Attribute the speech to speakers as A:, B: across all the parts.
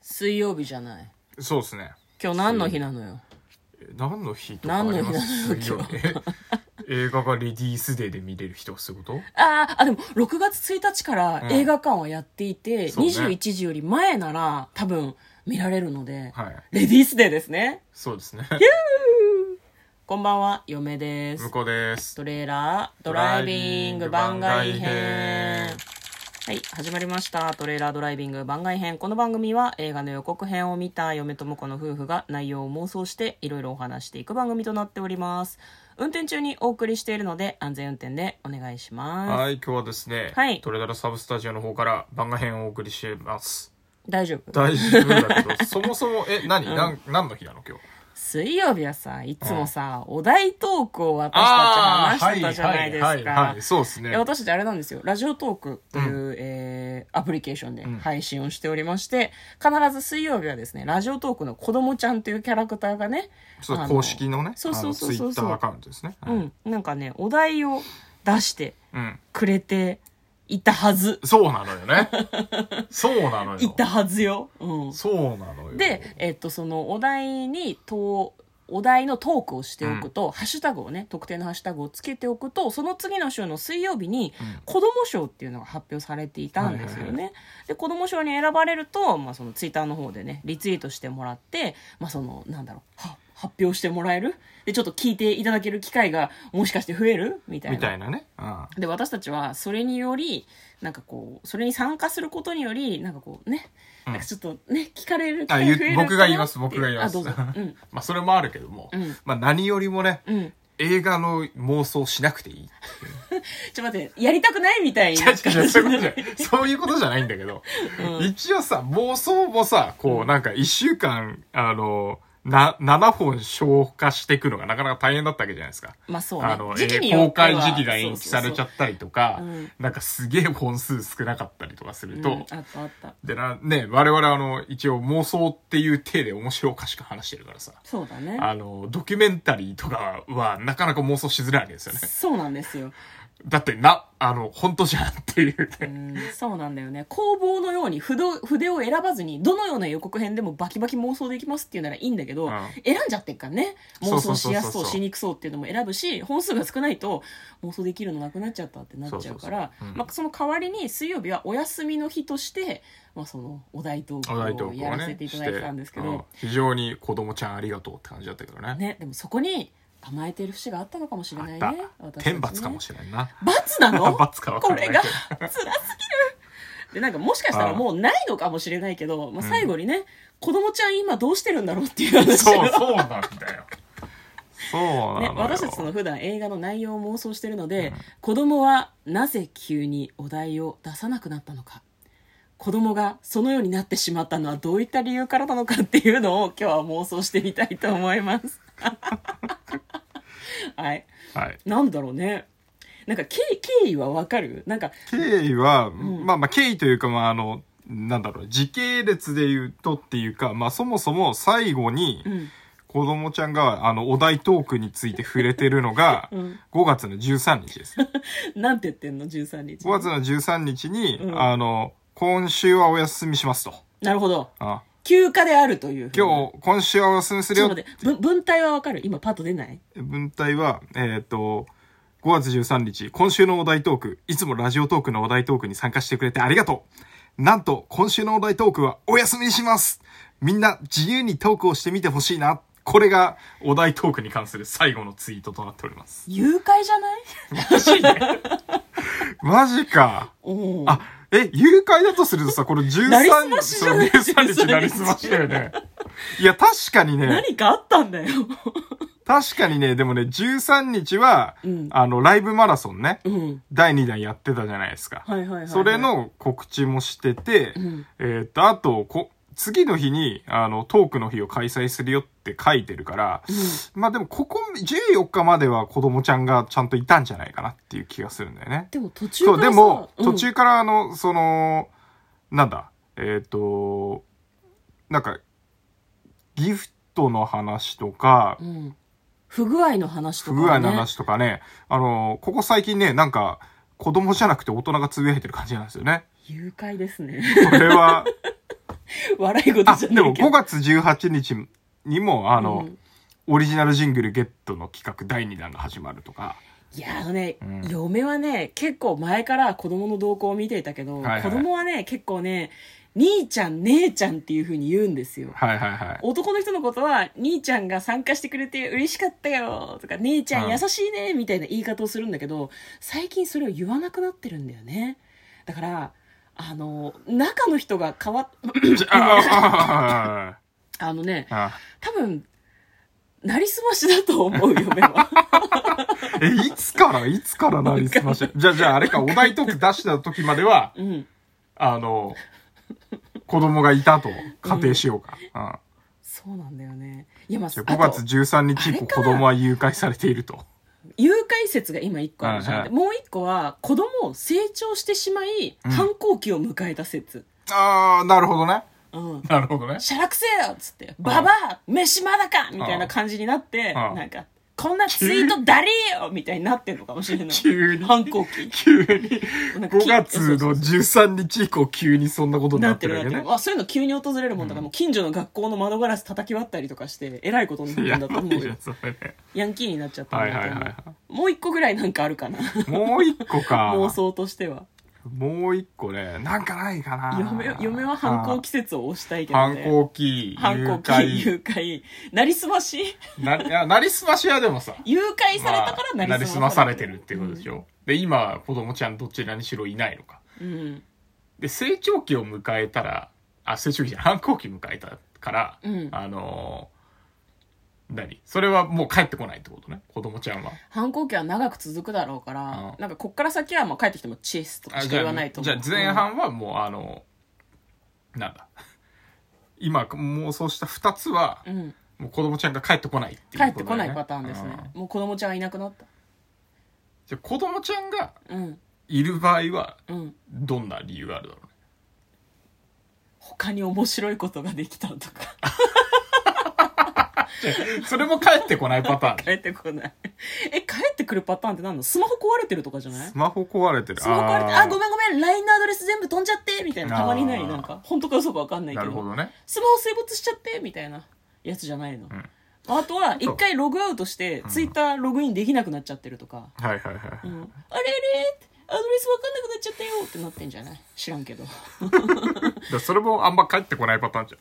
A: 水曜日じゃない。
B: そうですね。
A: 今日何の日なのよ。
B: え何の日とかあります
A: 何の日なの
B: 水曜日映画がレディースデーで見れる日とかそういうこと
A: あーあ、でも6月1日から映画館はやっていて、
B: そうね
A: 21時より前なら多分見られるので、
B: はい。
A: レディースデーですね。
B: そうです ね。
A: こんばんは、嫁です
B: 向。こうです。
A: トレーラードライビング番外編。はい、始まりました。トレーラードライビング番外編。この番組は映画の予告編を見た嫁と婿の夫婦が内容を妄想していろいろお話していく番組となっております。運転中にお送りしているので安全運転でお願いします。
B: はい、今日はですね、
A: はい
B: トレダラサブスタジオの方から番外編をお送りしてます。
A: 大丈夫
B: 大丈夫だ けど、そもそも、え、何、なん、何の日なの今日。
A: 水曜日はさ、いつもさ、お題トークを私たち話してたじゃないですか。
B: はい、はい、はい、そうですね
A: いや。私たちあれなんですよラジオトークという、えーアプリケーションで配信をしておりまして、必ず水曜日はですねラジオトークの子供ちゃんというキャラクターがね
B: そう
A: あの
B: 公式のね、
A: そうそうそうそう
B: ツイッターアカウントですね。
A: う
B: はい
A: ん、なんかねお題を出して
B: うん。
A: くれていたはず
B: そうなのよ ね。そうなの
A: い
B: よ。
A: たはずよ、うん、
B: そうなのよ。
A: で、えっとそのお題にとお題のトークをしておくと、ハッシュタグをね特定のハッシュタグをつけておくとその次の週の水曜日に
B: うん
A: 子ども賞っていうのが発表されていたんですよね。
B: はいは
A: で子ども賞に選ばれると、まあ、そのツイッターの方でねリツイートしてもらって、まあ、そのなんだろうは発表してもらえるでちょっと聞いていただける機会がもしかして増えるみたい
B: み
A: な
B: たいなね。うん。
A: で私たちはそれによりなんかこうそれに参加することによりなんかこうね、
B: うん
A: なんかちょっとね聞かれる機
B: あ
A: 会
B: 言
A: 増える
B: 僕が言います
A: かなって
B: 僕が言います
A: あどうぞうん
B: まあそれもあるけども、
A: うん
B: まあ何よりもね、
A: うん
B: 映画の妄想しなくていい。
A: ちょっと待ってやりたくないみたい
B: 違
A: な
B: う違う違うそういうことじゃない。そういうことじゃないんだけど、一応さ、妄想もさ、こうなんか一週間、あの、な、7本消化していくのがなかなか大変だったわけじゃないですか。
A: まあそうね
B: あの、え
A: 時期に
B: ー
A: よ
B: 公
A: っては
B: 開時期が延期されちゃったりとか
A: そうそうそう、
B: なんかすげえ本数少なかったりとかする
A: うん
B: と、
A: あったあった
B: でな、ね、我々あの、一応妄想っていう体で面白おかしく話してるからさ、
A: そうだね
B: あの、ドキュメンタリーとかはなかなか妄想しづらいわけですよね。
A: そうなんですよ、
B: だってな、あの、本当じゃんっていう
A: う
B: ね。
A: ん、そうなんだよね工房のように筆を筆を選ばずにどのような予告編でもバキバキ妄想できますっていうならいいんだけど、
B: うん
A: 選んじゃってっからね
B: そ
A: 妄
B: うそ
A: 想
B: うそうそう
A: しやすそうしにくそうっていうのも選ぶし本数が少ないと妄想できるのなくなっちゃったってなっちゃうから
B: そうそうそううん
A: まあその代わりに水曜日はお休みの日として、まあ、そのお題ト
B: お題
A: ーク
B: ト
A: を
B: ーク
A: や
B: を
A: らせ
B: ね
A: て、いた
B: し
A: だいて
B: て
A: たんですけ
B: うん
A: ど、
B: 非常に子供ちゃんありがとうって感じだったけどね。
A: ね、でもそこに甘えてる節があったのかもしれ
B: あ
A: ない
B: っ
A: ね
B: た。
A: 私たちね
B: 天罰かもしれんな。
A: 罰なの
B: 罰かわか
A: こ
B: んない
A: れ
B: け
A: が
B: ど
A: 辛すぎるでなんかもしかしたらもうないのかもしれないけど、まあ、最後にね、子供ちゃん今どうしてるんだろうっていう話を
B: そう、そうなんだよ。そうなの
A: ね
B: よ。、
A: 私たちその普段映画の内容を妄想してるので、子供はなぜ急にお題を出さなくなったのか子供がそのようになってしまったのはどういった理由からなのかっていうのを今日は妄想してみたいと思います はい
B: はい。
A: なんだろうねなんか経経緯はわかるなんか
B: 経緯は、まあまあ経緯というか、まああの、なんだろう、時系列で言うとっていうか、まあそもそも最後に、
A: ん
B: 子供ちゃんが、あの、お題トークについて触れてるのが、5月の13日 です。
A: なんて言ってんの13日
B: 5月の13日に、
A: うん
B: あの、今週はお休みしますと。
A: なるほど
B: あ
A: 休暇であるというふうに
B: 今日、今週はお休みす
A: ち
B: る
A: ょっ
B: よ
A: と。待ってぶ文体はわかる今パッと出ない
B: 文体は、えっ、と、5月13日、今週のお題トーク、いつもラジオトークのお題トークに参加してくれてありがとう。なんと、今週のお題トークはお休みにします。みんな自由にトークをしてみてほしいな。これが、お題トークに関する最後のツイートとなっております。
A: 誘拐じゃない
B: マジで マジか。
A: おー
B: あ、え、誘拐だとするとさ、この13
A: なりすまし
B: 日、
A: じゃない
B: 13日なりすましだよね。いや、確かにね、
A: 何かあったんだよ
B: 確かにね、でもね、13日は、
A: うん
B: あの、ライブマラソンね、
A: うん
B: 第2弾やってたじゃないですか。
A: はいはいはいはい
B: それの告知もしてて、
A: ん
B: えーっと、あと、こ、次の日に、あの、トークの日を開催するよって書いてるから、まあでも、ここ、14日までは子供ちゃんがちゃんといたんじゃないかなっていう気がするんだよね。
A: でも途中か
B: そう、
A: らさ
B: でも、
A: うん
B: 途中からあの、その、なんだ、えっ、と、なんか、ギフトの話とか
A: う、ん不具合の話とか、
B: 不
A: ね、
B: 具合の話とかね、あの、ここ最近ね、なんか、子供じゃなくて大人がつぶやいてる感じなんですよね。
A: 誘拐ですね
B: これは、
A: 笑い事
B: あ、
A: じゃ
B: で
A: な
B: も
A: いけど。
B: 5月18日にも、あの、
A: うん
B: オリジナルジングルゲットの企画第2弾が始まるとか。
A: いや、あのね、
B: うん
A: 嫁はね、結構前から子供の動向を見ていたけど、
B: はいはい
A: 子供はね、結構ね、兄ちゃん、姉ちゃんっていう風に言うんですよ。
B: はいはいはい。
A: 男の人のことは、兄ちゃんが参加してくれて嬉しかったよとか、姉ちゃん優しいねみたいな言い方をするんだけど、最近それを言わなくなってるんだよね。だから、あの、中の人が変わっ、
B: じゃあ、あ
A: あのね
B: あ、ああ
A: 多分、なりすましだと思うよ、嫁は。
B: え、いつからいつからなりすましじゃあ、じゃああれか、お題トーク出した時までは、
A: うん。
B: あの、子供がいたと仮定しようか。うん。
A: そうなんだよね。いや、まあ、
B: じゃあ
A: あ
B: 5
A: と
B: 月13日以降、子供は誘拐されていると。
A: 誘拐説が今1個あるじゃん、
B: はいはい
A: もう1個は子供を成長してしまい
B: うん
A: 反抗期を迎えた説
B: ああ、なるほどね。
A: うん
B: なるほどね。
A: しゃらくせえよっつって「ババア飯まだか!」みたいな感じになって
B: うん
A: なんか「こんなツイートだりーよ!」みたいになってんのかもしれない
B: 急に
A: 反抗期
B: 急に、5
A: なんかき
B: 月
A: そう
B: の13日以降、急にそんなことにな
A: な
B: っ
A: って
B: て
A: る
B: るわ
A: なっ
B: け
A: て
B: ね
A: る。あそういうの急に訪れるもんだから、もう近所の学校の窓ガラス叩き割ったりとかしてえらいことにな
B: や
A: るんだと思う
B: ばい
A: よ
B: ねそれね。
A: ヤンキーになっちゃったんだと思う、
B: はいはいはいは
A: もう一個ぐらいなんかあるかな
B: もう一個か。
A: 妄想としては
B: もう一個ね、なんかないかな。
A: 嫁嫁は反抗季節を押したいけど
B: 反
A: ね
B: 抗期、
A: 反抗期
B: 誘
A: 誘拐なりすまし
B: 拐。な、い やなりすましはでもさ、
A: 誘拐されたか
B: ま
A: ら
B: あ
A: な
B: な
A: り
B: り
A: す
B: す
A: ま
B: ま
A: さ
B: さ
A: れ
B: れ
A: て
B: て
A: る
B: るってことでしょ。で、今、子供ちゃんどちらにしろいないのか。
A: うん
B: で、成長期を迎えたら、あ、成長期じゃない反抗期迎えたから、
A: うん
B: あのー何それはもう帰ってこないってことね、子供ちゃんは。
A: 反抗期は長く続くだろうから、
B: うん
A: なんかこっから先はもう帰ってきてもチェスとか
B: あ
A: しか
B: じゃあ
A: 言わないと思
B: じゃ
A: う
B: あ前半はもうあの、なんだ。 今妄想した二つは、
A: うん、うん
B: もう子供ちゃんが帰ってこないって
A: 帰
B: いうこ
A: って
B: とだよね、
A: こないパターンですね、
B: うん
A: もう子供ちゃんがいなくなっ
B: じゃあ子供ちゃんが
A: たうん
B: いる場合は、
A: うん
B: どんな理由があるだろうね。
A: 他に面白いことができたと か
B: それも帰ってこないパターン。
A: 帰ってこないえ帰ってくるパターンって何のスマホ壊れてるとかじゃない
B: スマホ壊れてる。
A: スマホ壊れてあご
B: ん。
A: めんごめん LINE のアドレス全部飛んじゃってみたいなたまにな
B: あ
A: い
B: ー
A: なんか本当か嘘か分かんないけ
B: な
A: ど
B: るほどね。
A: スマホ水没しちゃってみたいなやつじゃないの、
B: ん
A: あとは一回ログアウトしてツイッターログインできなくなっちゃってるとか、
B: はいはいは
A: う
B: い。
A: んあれれアドレス分かんなくなっちゃったよってなってんじゃない知らんけど
B: だからそれもあんま帰ってこないパターンじゃん。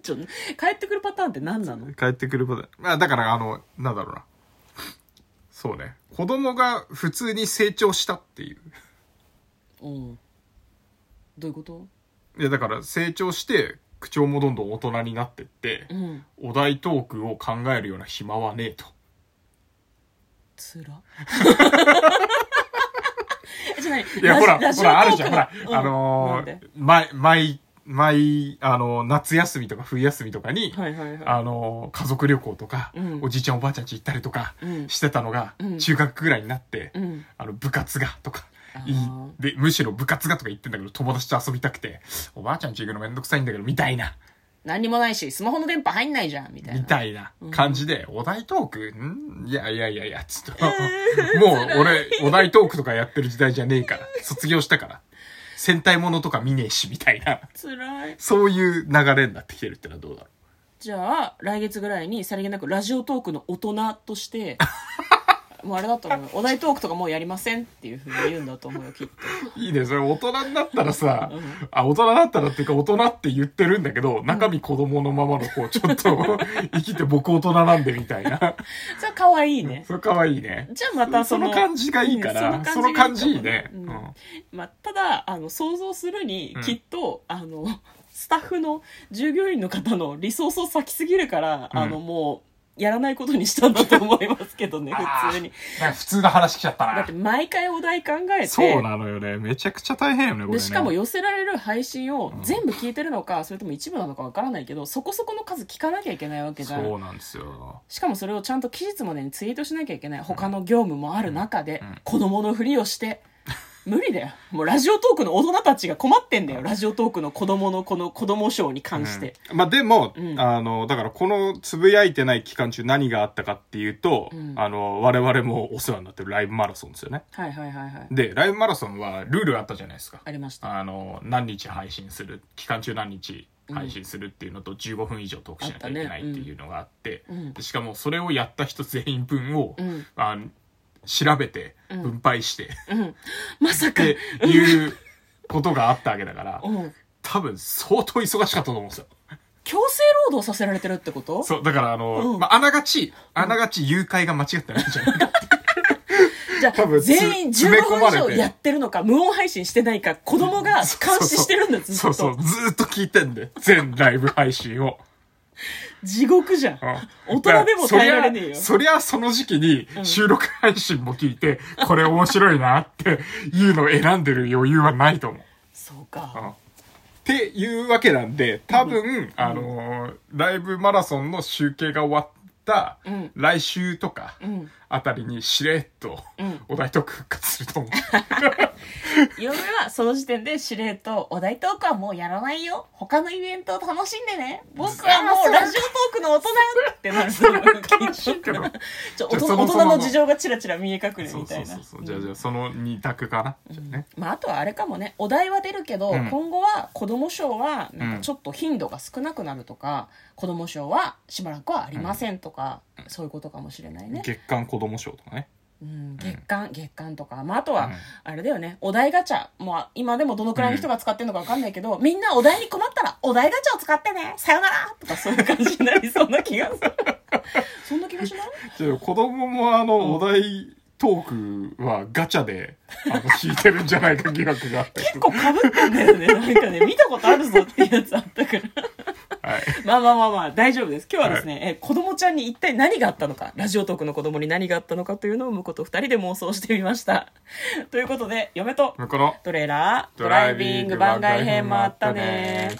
A: ちょっと帰ってくるパターンって何なの
B: 帰ってくることまあだからあのなんだろうなそうね子供が普通に成長したっていう
A: うんどういうこと
B: いやだから成長して口調もどんどん大人になってって
A: う、ん
B: お題トークを考えるような暇はねえと
A: つ らえじゃない
B: いやほら
A: ラジ
B: ほらあ
A: ラジ
B: るじ
A: オ
B: ゃん
A: ト
B: ほら
A: ー、ク
B: あ
A: な
B: の
A: んで
B: ー、毎毎毎あのー夏休みとか冬休みとかに、
A: はいはいはい
B: あのー家族旅行とか、
A: うん
B: おじいちゃんおばあちゃん家行ったりとか
A: うん
B: してたのが、
A: うん
B: 中学ぐらいになって、
A: うん
B: あの部活がとか
A: あー
B: いいでむしろ部活がとか言ってんだけど友達と遊びたくておばあちゃんち行くのめんどくさいんだけどみたいな
A: 何にもないしスマホの電波入んないじゃんみたいな
B: みたいな感じで、お題トークんいやいやいやいやちょっと もう俺お題トークとかやってる時代じゃねえ から卒業したから戦隊ものとか見ねえしみたいな
A: つらい
B: そういう流れになってきてるってのはどうだろ
A: じゃあ来月ぐらいにさりげなくラジオトークの大人として もうあれだと思うよお題トークとかもうやりませんっていうふうに言うんだと思うよきっと
B: ういいねそれ大人になったらさ、あ大人だったらっていうか大人って言ってるんだけど中身子供のままの子ちょっと 生きて僕大人なんでみたいな
A: それは可愛いね
B: それかわいいね。
A: じゃあまたそ
B: そ
A: の
B: の感じがいいから、その感じいいね。
A: う
B: うんん
A: まあ、ただあの想像するに
B: うん
A: きっと、あのスタッフの従業員の方のリソースを割きすぎるから、
B: うん
A: あのもうやらないことにしたんだと思いますけどね普通に
B: なんか普通の話来ちゃった
A: だって。毎回お題考えて
B: そうなのよね。めちゃくちゃ大変よね、こ
A: で
B: れね。
A: しかも寄せられる配信を全部聞いてるのか、それとも一部なのかわからないけどそこそこの数聞かなきゃいけないわけじゃ
B: そ
A: ん
B: うなんですよ。
A: しかもそれをちゃんと期日までにツイートしなきゃいけない他の業務もある中で、
B: うん
A: 子供のふりをして 無理だよもうラジオトークの大人たちが困ってんだよラジオトークの子供のこの子供賞に関して、
B: まあでも、
A: うん
B: あの、だからこのつぶやいてない期間中何があったかっていうと、
A: うん
B: あの、我々もお世話になってるライブマラソンですよね。
A: はいはいはいはい
B: で、ライブマラソンはルールあったじゃないですか
A: あ。りました
B: あの、何日配信する、期間中何日配信するっていうのと15分以上トークしなきゃいけない
A: あったねうん
B: っていうのがあって、
A: うん
B: でしかもそれをやった人全員分を、
A: うん
B: あの調べて
A: うん
B: 分配して、
A: まさか
B: っていうことがあったわけだから
A: うん
B: 多分相当忙しかったと思うんですよ。
A: 強制労働させられてるってこと
B: そう、だからあの、
A: うん
B: まあ、あながち、あながち誘拐が間違ってないんじゃないか。
A: じゃ
B: 多
A: あ
B: 分つ
A: 全員15
B: 詰め込
A: 分
B: ま
A: 以
B: れて
A: 上やってるのか無音配信してないか子供が監視してるんだずっと
B: そうそう、ずーっと聞いてんで、全ライブ配信を。
A: 地獄じゃん
B: うん
A: 大人でも耐えられねえよ
B: そりゃ、そりゃその時期に収録配信も聞いて、 これ面白いなっていうのを選んでる余裕はないと思う。
A: そう
B: うん
A: か
B: っていうわけなんで、多分、あのーライブマラソンの集計が終わった、
A: うん
B: 来週とか
A: うん
B: あたりにしれっと、
A: うん
B: お題とか復活すると思う。
A: 嫁はその時点で司令とお題トークはもうやらないよ他のイベントを楽しんでね僕はもうラジオトークの大人ってなる
B: それは悲しいけ ど。
A: ちょ大
B: じゃあそ
A: 人大
B: もそも
A: 人
B: の
A: の事情がチラチラ見え隠れ
B: そう
A: みた
B: そう
A: いな
B: そうそう。じゃ
A: う
B: あ
A: ん
B: じゃあその2択かな。じゃあね。
A: まあ、あとはあれかもねお題は出るけど、
B: うん
A: 今後は子ども賞はなん
B: うん
A: かちょっと頻度が少なくなるとか、子ども賞はしばらくはありませんとか、そういうことかもしれないね、
B: 月間子供賞とかね。
A: うん、月間月間とか、まあ、あとは
B: うん
A: あれだよねお題ガチャ、まあ、今でもどのくらいの人が使ってるのか分かんないけど、みんなお題に困ったらお題ガチャを使ってねさよならとかそういう感じになりそうな気がす るそんな気がしない
B: じゃあ子供もあの、お題トークはガチャで、あの、引いてるんじゃないか疑惑があって。
A: 結構かぶってんだ よねなんかね見たことあるぞっていうやつあったから
B: はい。
A: まあまあまあまあ大丈夫です今日はですね、え子供ちゃんに一体何があったのかラジオトークの子供に何があったのかというのを婿と二人で妄想してみましたということで嫁と
B: 向こうの
A: トレーラード
B: ドライビング番外編もあったね